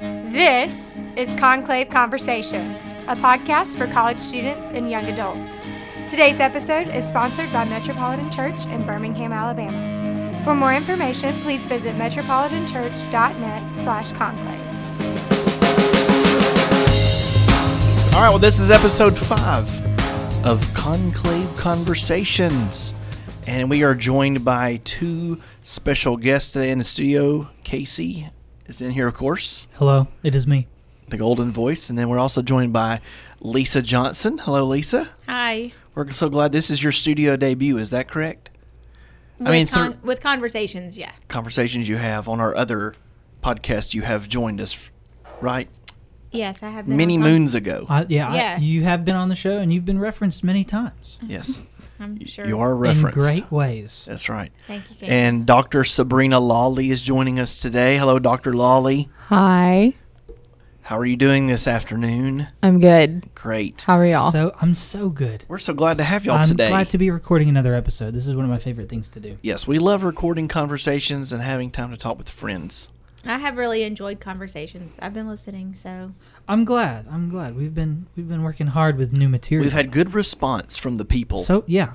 This is Conclave Conversations, a podcast for college students and young adults. Today's episode is sponsored by Metropolitan Church in Birmingham, Alabama. For more information, please visit metropolitanchurch.net slash conclave. All right, well, this is episode five of Conclave Conversations. And we are joined by two special guests today in the studio. Casey is in here, of course, Hello, it is me. the golden voice. And then we're also joined by Lisa Johnson. Hello, Lisa. Hi. We're so glad this is your studio debut. Is that correct? With, mean, through- con- with conversations, yeah. Conversations you have on our other podcast, you have joined us, right? Yes, I have. been Many on con- moons ago. I, yeah, I- Yeah. you have been on the show and you've been referenced many times Yes. I'm sure. You are referenced. in great ways. That's right. Thank you. Kate. And Dr. Sabrina Lawley is joining us today. Hello, Dr. Lawley. Hi, How are you doing this afternoon? I'm good. Great. How are y'all? So I'm so good. We're so glad to have y'all I'm today. glad to be recording another episode. This is one of my favorite things to do. yes, we love recording conversations and having time to talk with friends. I have really enjoyed conversations. I've been listening, so I'm glad. I'm glad we've been we've been working hard with new material. We've had good response from the people. so yeah.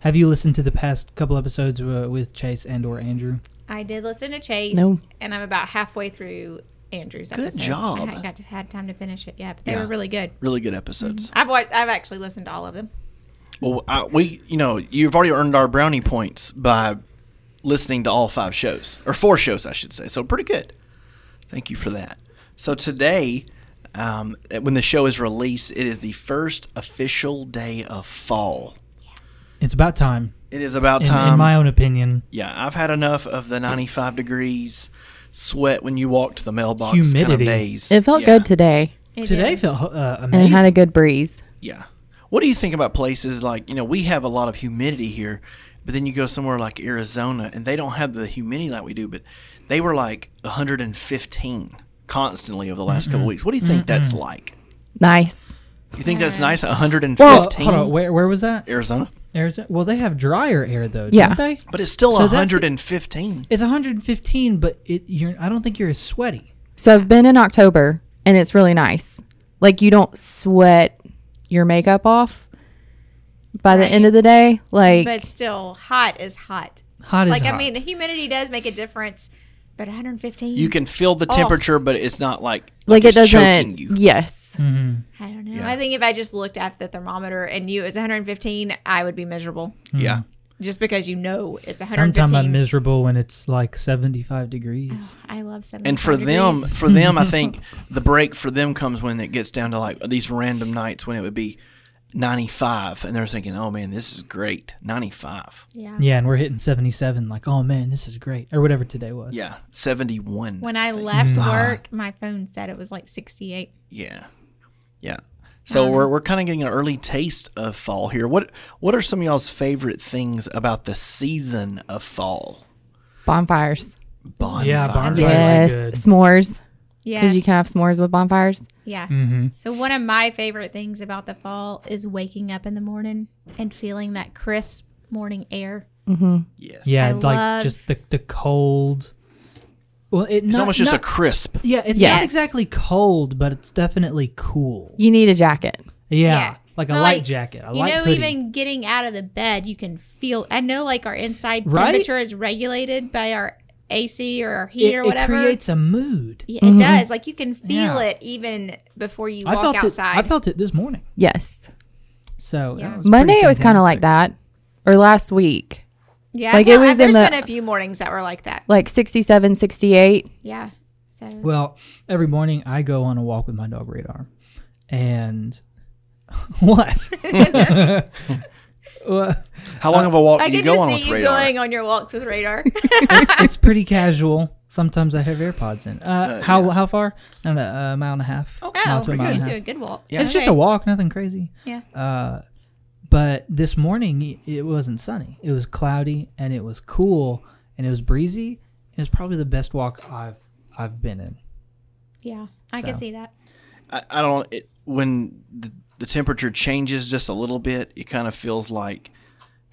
Have you listened to the past couple episodes uh, with Chase and or Andrew? I did listen to Chase. No. And I'm about halfway through Andrew's Good episode. job. I haven't got to, had time to finish it yet, but they Yeah. were really good. really good episodes. I've watched, I've actually listened to all of them. Well, I, we, you know, you've already earned our brownie points by listening to all five shows, or four shows, I should say. So, pretty good. Thank you for that. So, today, um, when the show is released, it is the first official day of fall. It's about time. It is about In, time. in my own opinion, yeah, I've had enough of the 95 degrees sweat when you walk to the mailbox kind of Humidity. days. It felt Yeah, good today, It today did. felt uh, and it amazing. had a good breeze. Yeah. What do you think about places like, you know, we have a lot of humidity here, but then you go somewhere like Arizona and they don't have the humidity like we do, but they were like 115 constantly over the last Mm-hmm. couple weeks. What do you think that's like? Nice. You think that's nice? 115 well, hold on. Where where was that? Arizona? Arizona. Well, they have drier air though, Yeah. don't they? But it's still So that- 115. It's 115, but it you're I don't think you're as sweaty. So I've been in October, and it's really nice. Like you don't sweat your makeup off by the end of the day. Like But still, hot is hot. Hot like, as I hot. mean, the humidity does make a difference, but 115? You can feel the Oh. temperature, but it's not like like it it's choking doesn't. you. Yes. Hmm. Mm-hmm. I don't know. Yeah. I think if I just looked at the thermometer and knew it was 115, I would be miserable. Hmm. Yeah. just because you know it's 115. Sometimes I'm miserable when it's like 75 degrees. I love 75 And for degrees. them, for them, I think the break for them comes when it gets down to like these random nights when it would be 95, and they're thinking, "Oh man, this is great, 95." yeah. Yeah, and we're hitting 77. Like, oh man, this is great, or whatever today was. Yeah, 71. When I left Mm. Ah. work, my phone said it was like 68. yeah, yeah. So Um, we're we're kind of getting an early taste of fall here. What what are some of y'all's favorite things about the season of fall? Bonfires. Bonfires. Yeah, bonfires. Probably Yes. good. S'mores. Yeah. Because you can have s'mores with bonfires. yeah. Mm-hmm. So one of my favorite things about the fall is waking up in the morning and feeling that crisp morning air. Yes. Yeah, I like love- just the the cold. Well, it, It's not, almost just not- a crisp. Yeah, it's not Yes. exactly cold, but it's definitely cool. You need a jacket. Yeah, Yeah. like a Not light like- jacket, a You light know, hoodie. even getting out of the bed, you can feel. I know, like our inside Right? temperature is regulated by our AC or our heat it, or it whatever. creates a mood. Yeah, it does. Like you can feel Yeah. it even before you I walk felt outside. it. I felt it this morning. Yes. So that Yeah. was Monday pretty it was kind of like that, or last week, yeah, like, I it felt- was in there's the- been a few mornings that were like that. like 67, 68. Yeah. So Well, every morning I go on a walk with my dog Radar, and what? Well, How long of a walk Uh, I do you go can just on see with you radar? going on your walks with radar. it's, it's pretty casual. Sometimes I have AirPods in. Uh, Uh, how yeah. how far? I don't know, a mile and a half. oh, Mile to a you mile and a can half. do a good walk. Yeah. It's just a walk, nothing crazy. Yeah. Uh, but this morning i- it wasn't sunny. It was cloudy and it was cool and it was breezy. It was probably the best walk I've I've been in. Yeah, I So. can see that. I, I don't it, when the, the temperature changes just a little bit it kind of feels like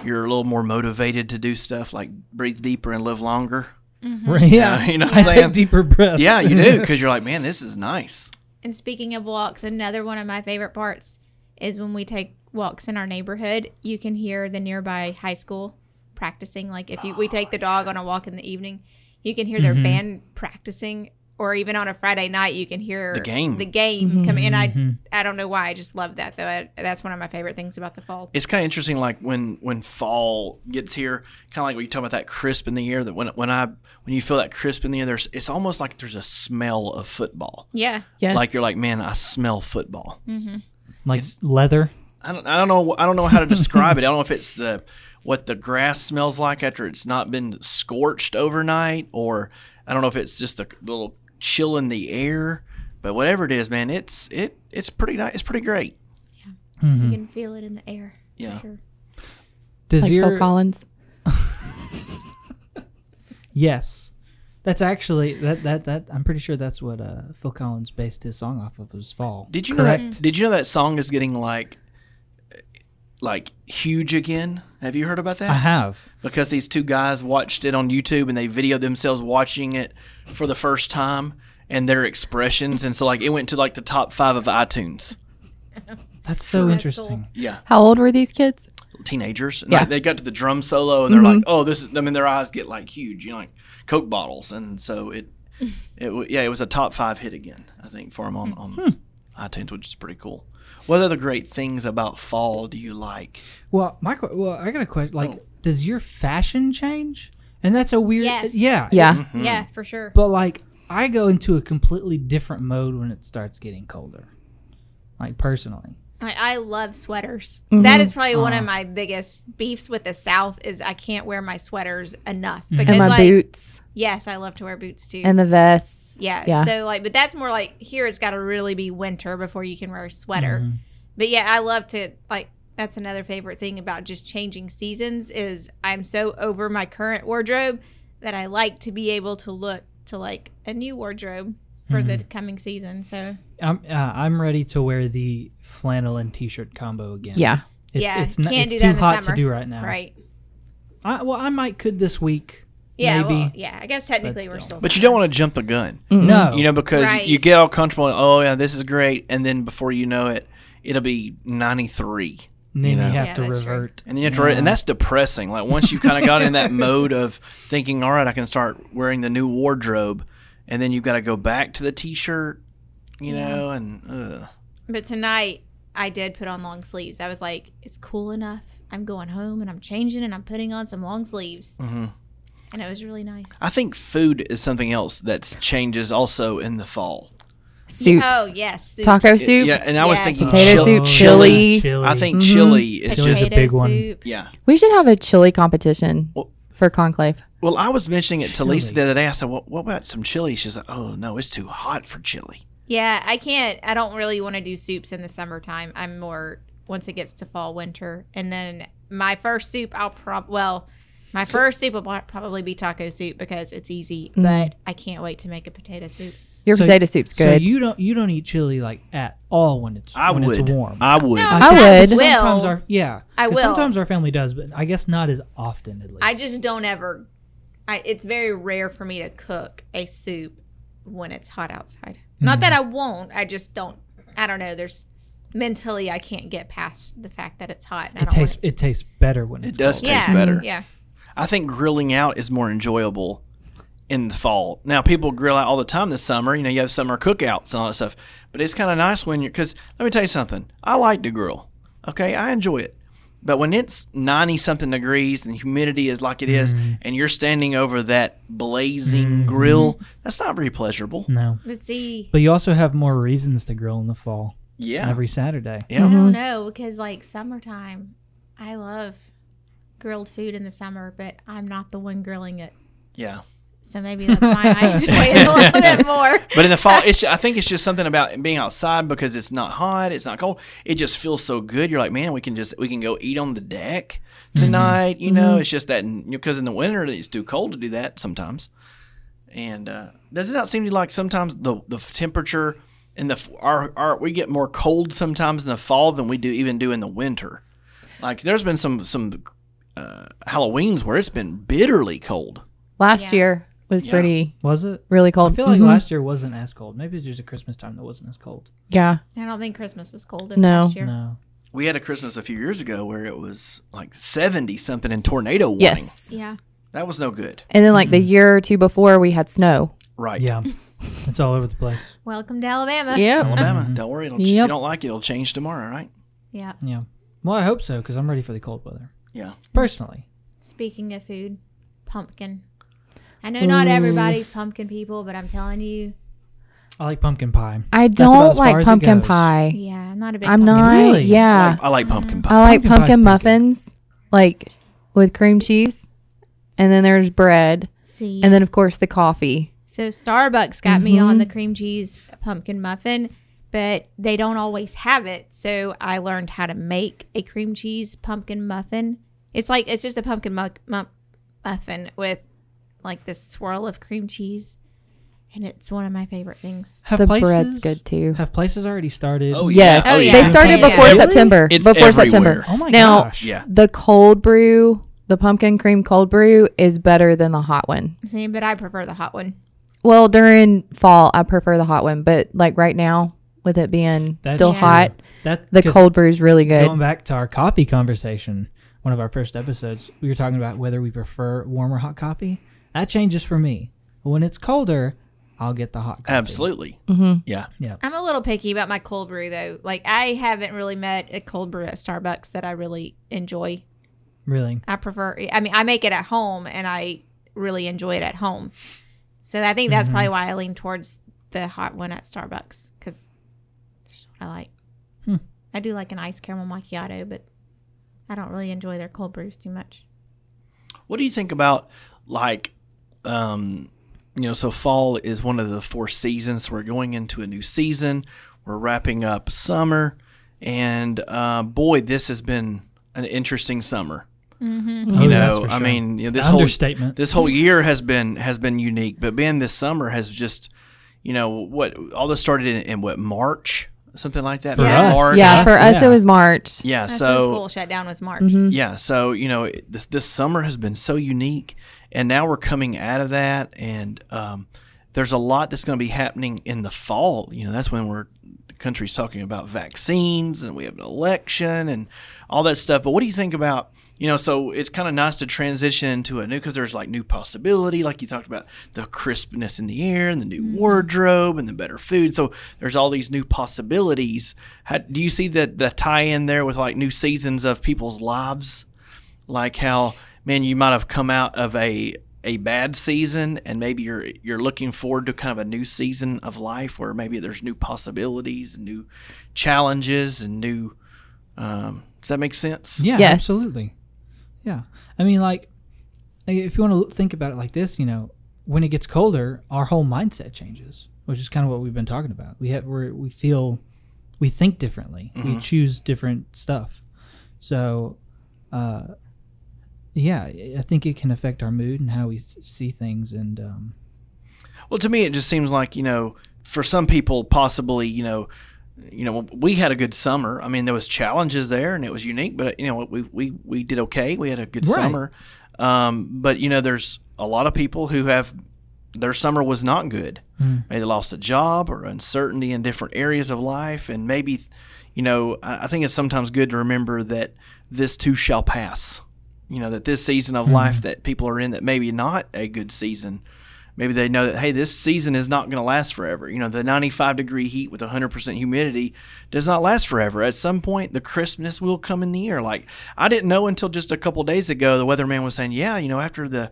you're a little more motivated to do stuff like breathe deeper and live longer Mm-hmm. Yeah, You know what I I'm saying? take deeper breaths. Yeah, you do because you're like, man, this is nice. And speaking of walks, another one of my favorite parts is when we take walks in our neighborhood. You can hear the nearby high school practicing. Like if you, we take the dog on a walk in the evening, you can hear their band practicing, or even on a Friday night, you can hear The game. The game coming in. I I don't know why. I just love that though. I, that's one of my favorite things about the fall. It's kind of interesting, like when when fall gets here, kind of like when you talk about that crisp in the air. That when when I when you feel that crisp in the air, there's it's almost like there's a smell of football. Yeah. Yes. Like you're like, man, I smell football. like leather. I don't, I don't know I don't know how to describe it. I don't know if it's the what the grass smells like after it's not been scorched overnight, or I don't know if it's just a little chill in the air. But whatever it is, man, it's it it's pretty nice. It's pretty great. You can feel it in the air. for Yeah. sure. Does like your Phil Collins. yes? That's actually that that that I'm pretty sure that's what uh, Phil Collins based his song off of was Fall. Did you know that? Did you know that song is getting like like huge again? Have you heard about that? I have. because these two guys watched it on YouTube and they videoed themselves watching it for the first time and their expressions, and so like it went to like the top five of iTunes. That's so interesting. Yeah, How old were these kids? teenagers. And Yeah. like, they got to the drum solo and they're like, oh, this is, I mean, their eyes get like huge, you know, like Coke bottles. And so it, it, w- yeah, it was a top five hit again, I think, for them on, on iTunes, which is pretty cool. What other great things about fall do you like? Well, my que- well, I got a question. Like, does your fashion change? And that's a weird. Yes. Yeah. Yeah. Yeah, for sure. But like, I go into a completely different mode when it starts getting colder. Like personally, I, I love sweaters. That is probably one of my biggest beefs with the South is I can't wear my sweaters enough because And my like boots yes, I love to wear boots too. and the vests. yeah, yeah. So like, but that's more like here it's got to really be winter before you can wear a sweater. Mm-hmm. But yeah, I love to like. That's another favorite thing about just changing seasons is I'm so over my current wardrobe that I like to be able to look to like a new wardrobe for Mm-hmm. the coming season. So I'm uh, I'm ready to wear the flannel and t-shirt combo again. Yeah. It's, yeah, it's, not, can't it's do that too in the hot summer. to do right now. right. I, well, I might could this week. Yeah, Maybe. well, yeah. I guess technically we're still. still. But you don't want to jump the gun, No. you know, because Right. you get all comfortable. oh, yeah, this is great. And then before you know it, it'll be 93. And then you, you know. have Yeah, to that's true. revert. And then you have to, re- and that's depressing. Like once you've kind of got in that mode of thinking, all right, I can start wearing the new wardrobe, and then you've got to go back to the t-shirt, you know, and uh, But tonight I did put on long sleeves. I was like, it's cool enough. I'm going home and I'm changing and I'm putting on some long sleeves. Mm-hmm. And it was really nice. I think food is something else that changes also in the fall. Soups. Oh yes, soups. Taco It- soup. yeah, and I was Yes. thinking Potato chil- soup, chili. Mm-hmm. I think chili is Chili's just a big one. yeah. We should have a chili competition Well- for conclave. Mm-hmm. Well, I was mentioning it to Lisa Chili. the other day. I said, "Well, what about some chili?" She's like, "Oh no, it's too hot for chili." Yeah, I can't. I don't really want to do soups in the summertime. I'm more once it gets to fall, winter, and then my first soup I'll prob well, my first soup will pro- probably be taco soup because it's easy. But I can't wait to make a potato soup. Mm-hmm. Your So- potato soup's So good. you don't you don't eat chili like at all when it's I when would. it's warm. I would. No. I would. I will. Sometimes our yeah. I 'cause will. Sometimes our family does, but I guess not as often at least. I just don't ever. I, it's very rare for me to cook a soup when it's hot outside. Not Mm. that I won't. I just don't. I don't know. There's mentally, I can't get past the fact that it's hot. And I it don't tastes want it tastes better when it's It does it. taste yeah, better. Yeah. I think grilling out is more enjoyable in the fall. Now people grill out all the time this summer. You know, you have summer cookouts and all that stuff. But it's kind of nice when you're because let me tell you something. I like to grill. Okay, I enjoy it. But when it's ninety something degrees and the humidity is like it is, and you're standing over that blazing grill, that's not very pleasurable. No. But see, But you also have more reasons to grill in the fall. Yeah, Every Saturday. yeah. I Mm-hmm. don't know because like summertime, I love grilled food in the summer, but I'm not the one grilling it. Yeah. So maybe that's why I enjoy it a little bit more. But in the fall, it's I think it's just something about being outside because it's not hot, it's not cold. It just feels so good. You're like, man, we can just we can go eat on the deck tonight. You know, it's just that because in the winter it's too cold to do that sometimes. And uh, does it not seem to you like sometimes the the temperature in the f- our our we get more cold sometimes in the fall than we do even do in the winter. Like there's been some some uh, Halloweens where it's been bitterly cold. Last Yeah. year, was Yeah. pretty Was it? really cold. I feel mm-hmm. like Mhm. last year wasn't as cold. Maybe it's just a Christmas time that wasn't as cold. yeah, I don't think Christmas was cold this No. last year. No. We had a Christmas a few years ago where it was like 70 something and tornado warning. yes. Yeah. That was no good. And then like the Mm-hmm. year or two before, we had snow. Right. Yeah. it's all over the place. Welcome to Alabama. Yeah, Alabama, don't worry. It'll ch- If you Mm-hmm. Yep. don't like it, it'll change tomorrow, right? Yeah. Yeah. Well, I hope so because I'm ready for the cold weather. Yeah. Personally. Speaking of food, pumpkin. I know not everybody's pumpkin people, but I'm telling you, I like pumpkin pie. I about don't as far like as it pumpkin goes. pie. yeah, I'm not a big I'm pumpkin not. Really? uh, Yeah, Oh. I like pumpkin pie. I like Pumpkin pie's pumpkin. pumpkin muffins, like with cream cheese, and then there's bread, See. and then of course the coffee. so Starbucks got me on the cream cheese pumpkin muffin, but they don't always have it. So I learned how to make a cream cheese pumpkin muffin. It's like it's just a pumpkin mu- mu- muffin with like this swirl of cream cheese, and it's one of my favorite things. Have The bread's good too. Have places already started? Oh, yeah. Yes, Oh, yeah. they started Yeah. before Really? September. It's before everywhere. September. Oh my Now- gosh. Yeah. The cold brew, the pumpkin cream cold brew, is better than the hot one. See, but I prefer the hot one. Well, during fall, I prefer the hot one, but like right now, with it being That's still true. hot, That the 'cause cold brew is really good. Going back to our coffee conversation, one of our first episodes, we were talking about whether we prefer warm or hot coffee. That changes for me. When it's colder, I'll get the hot coffee. Absolutely. Mm-hmm. Yeah. I'm a little picky about my cold brew though. Like I haven't really met a cold brew at Starbucks that I really enjoy. Really. I prefer I mean I make it at home and I really enjoy it at home. So I think that's probably why I lean towards the hot one at Starbucks cuz it's what I like. Hmm. I do like an iced caramel macchiato, but I don't really enjoy their cold brews too much. What do you think about like um you know, so fall is one of the four seasons. We're going into a new season. We're wrapping up summer. And uh, boy, this has been an interesting summer. Oh, Mm-hmm. You that's know, for I sure. mean, you know, this The whole understatement. this whole year has been has been unique, but being this summer has just, you know, what all this started in, in what March, something like that. For Mid- us. March. yeah, Yes, for us yeah. it was March. yeah. That's when Uh, So school shut down was March. Mm-hmm. yeah, so you know it- this this summer has been so unique, and now we're coming out of that, and um, there's a lot that's going to be happening in the fall. You know, that's when we're the country's talking about vaccines, and we have an election, and all that stuff. But what do you think about? You know, so it's kind of nice to transition into a new because there's like new possibility, like you talked about the crispness in the air and the new wardrobe and the better food. So there's all these new possibilities. How, do you see the the tie in there with like new seasons of people's lives? Like how man, you might have come out of a a bad season and maybe you're you're looking forward to kind of a new season of life where maybe there's new possibilities and new challenges and new um, does that make sense? Yeah, Yes. absolutely. Yeah. I mean, like, i- if you want to think about it like this, you know, when it gets colder, our whole mindset changes, which is kind of what we've been talking about. We have, we're, we feel, we think differently. We choose different stuff. So, uh, yeah, I I think it can affect our mood and how we s- see things. And um, Well, to me, it just seems like you know, for some people, possibly you know, you know, we had a good summer. I mean, there was challenges there, and it was unique, but you know, we we we did okay. We had a good Right. summer. Um, but you know, there's a lot of people who have their summer was not good. Maybe they lost a job or uncertainty in different areas of life, and maybe, you know, I, I think it's sometimes good to remember that this too shall pass. You know, that this season of life that people are in that maybe not a good season maybe they know that hey this season is not going to last forever you know the 95 degree heat with 100% humidity does not last forever at some point the crispness will come in the air like i didn't know until just a couple days ago the weatherman was saying yeah you know after the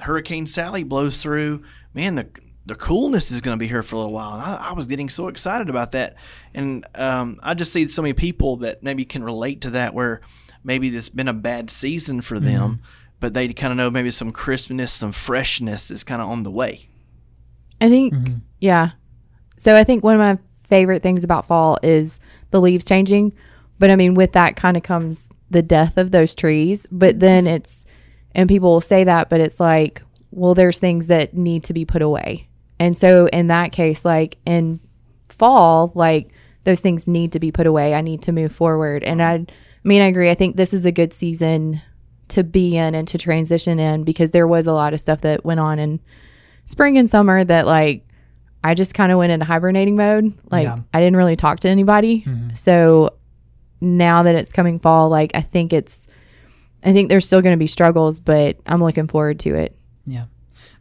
hurricane sally blows through man the the coolness is going to be here for a little while and I, I was getting so excited about that and um, i just see so many people that maybe can relate to that where maybe it's been a bad season for them but they kind of know maybe some crispness, some freshness is kind of on the way. I think, Mm-hmm. yeah. So I think one of my favorite things about fall is the leaves changing. But I mean, with that kind of comes the death of those trees. But then it's, and people will say that, but it's like, well, there's things that need to be put away. And so in that case, like in fall, like those things need to be put away. I need to move forward. And I, I mean, I agree. I think this is a good season to be in and to transition in because there was a lot of stuff that went on in spring and summer that like I just kind of went into hibernating mode. Like Yeah. I didn't really talk to anybody. So now that it's coming fall, like I think it's I think there's still going to be struggles, but I'm looking forward to it. Yeah,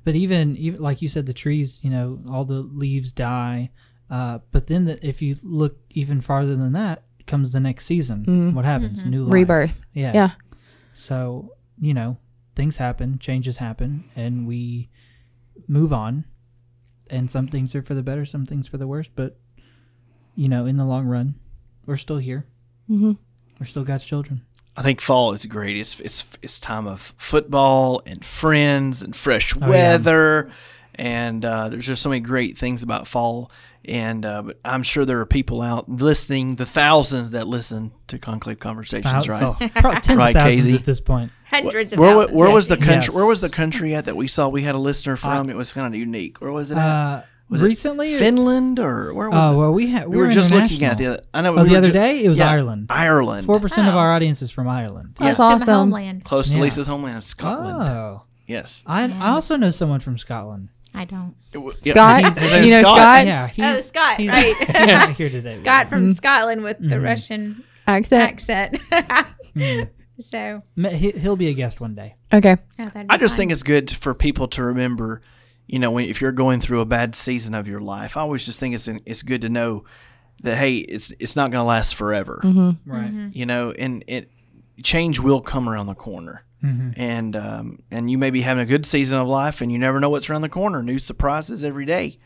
but even even like you said, the trees, you know, all the leaves die. Uh, but then the, if you look even farther than that, comes the next season. What happens? New life. Mm-hmm. Rebirth. Yeah. Yeah. So you know, things happen, changes happen, and we move on. And some things are for the better, some things for the worse. But you know, in the long run, we're still here. Mm-hmm. We're still God's children. I think fall is great. It's it's it's time of football and friends and fresh yeah. weather, and uh, there's just so many great things about fall. And uh, but I'm sure there are people out listening, the thousands that listen to Conclave Conversations, Thou- right? oh, probably tens Right, of thousands Casey? at this point. Hundreds of Where, wa- thousands. where was the actually. country? Where was the Yes. country at that we saw? We had a listener from. it was kind of unique. Where was it at? Uh, Was it recently, Finland or where was Oh it? well, we had we were just looking at the international. other. I know Oh, we the were other ju- day it was yeah, Ireland. Ireland, Four percent of Oh. our audience is from Ireland. That's Close to my awesome. homeland. close to Yeah. Lisa's homeland, Scotland. Oh, Yes. I, I also know someone from Scotland. I don't. It wa- yeah. Scott, His name's you know Scott, yeah, he's, oh, Scott, he's, right? he's not here today. Scott from Scotland with the Russian accent. accent. so Ma- he- he'll be a guest one day. Okay. oh, that'd be I just fun. think it's good for people to remember, you know, when, if you're going through a bad season of your life, I always just think it's it's good to know that hey, it's it's not going to last forever, Mm-hmm. Mm-hmm. Right. you know, and it change will come around the corner, Mm-hmm. and um, and you may be having a good season of life, and you never know what's around the corner, new surprises every day.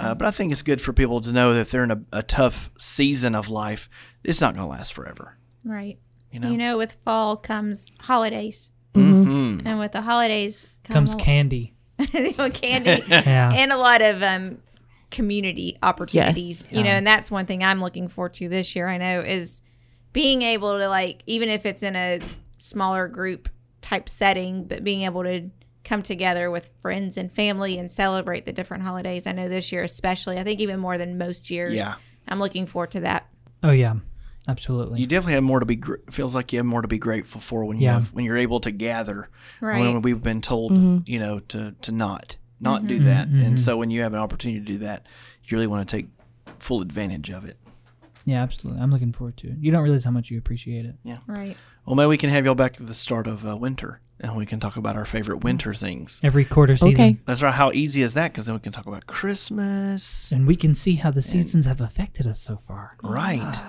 Uh, but I think it's good for people to know that if they're in a, a tough season of life, it's not going to last forever. right. You know. know? with fall comes holidays, Mm-hmm. and with the holidays come Comes a- candy. you know, candy Yeah. and a lot of um, community opportunities. You know, Yeah. and that's one thing I'm looking forward to this year. I know is being able to like, even if it's in a smaller group type setting, but being able to come together with friends and family and celebrate the different holidays. I know this year, especially, I think even more than most years. Yeah. I'm looking forward to that. oh yeah, absolutely. You definitely have more to be. Gr- feels like you have more to be grateful for when you Yeah. have when you're able to gather. Right. When we've been told, you know, to to not not do that, and so when you have an opportunity to do that, you really want to take full advantage of it. yeah, absolutely. I'm looking forward to it. You don't realize how much you appreciate it. Right. Well, maybe we can have y'all back to the start of uh, winter, and we can talk about our favorite winter things. Every quarter season, Okay. That's right. How easy is that? Because then we can talk about Christmas. and we can see how the seasons have affected us so far. Right.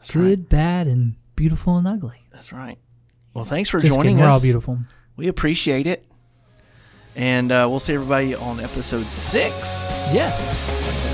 That's Good, right. bad, and beautiful and ugly. That's right. Well, thanks for Just joining kidding, We're all us. beautiful. We appreciate it. And uh, we'll see everybody on episode six. Yes. That's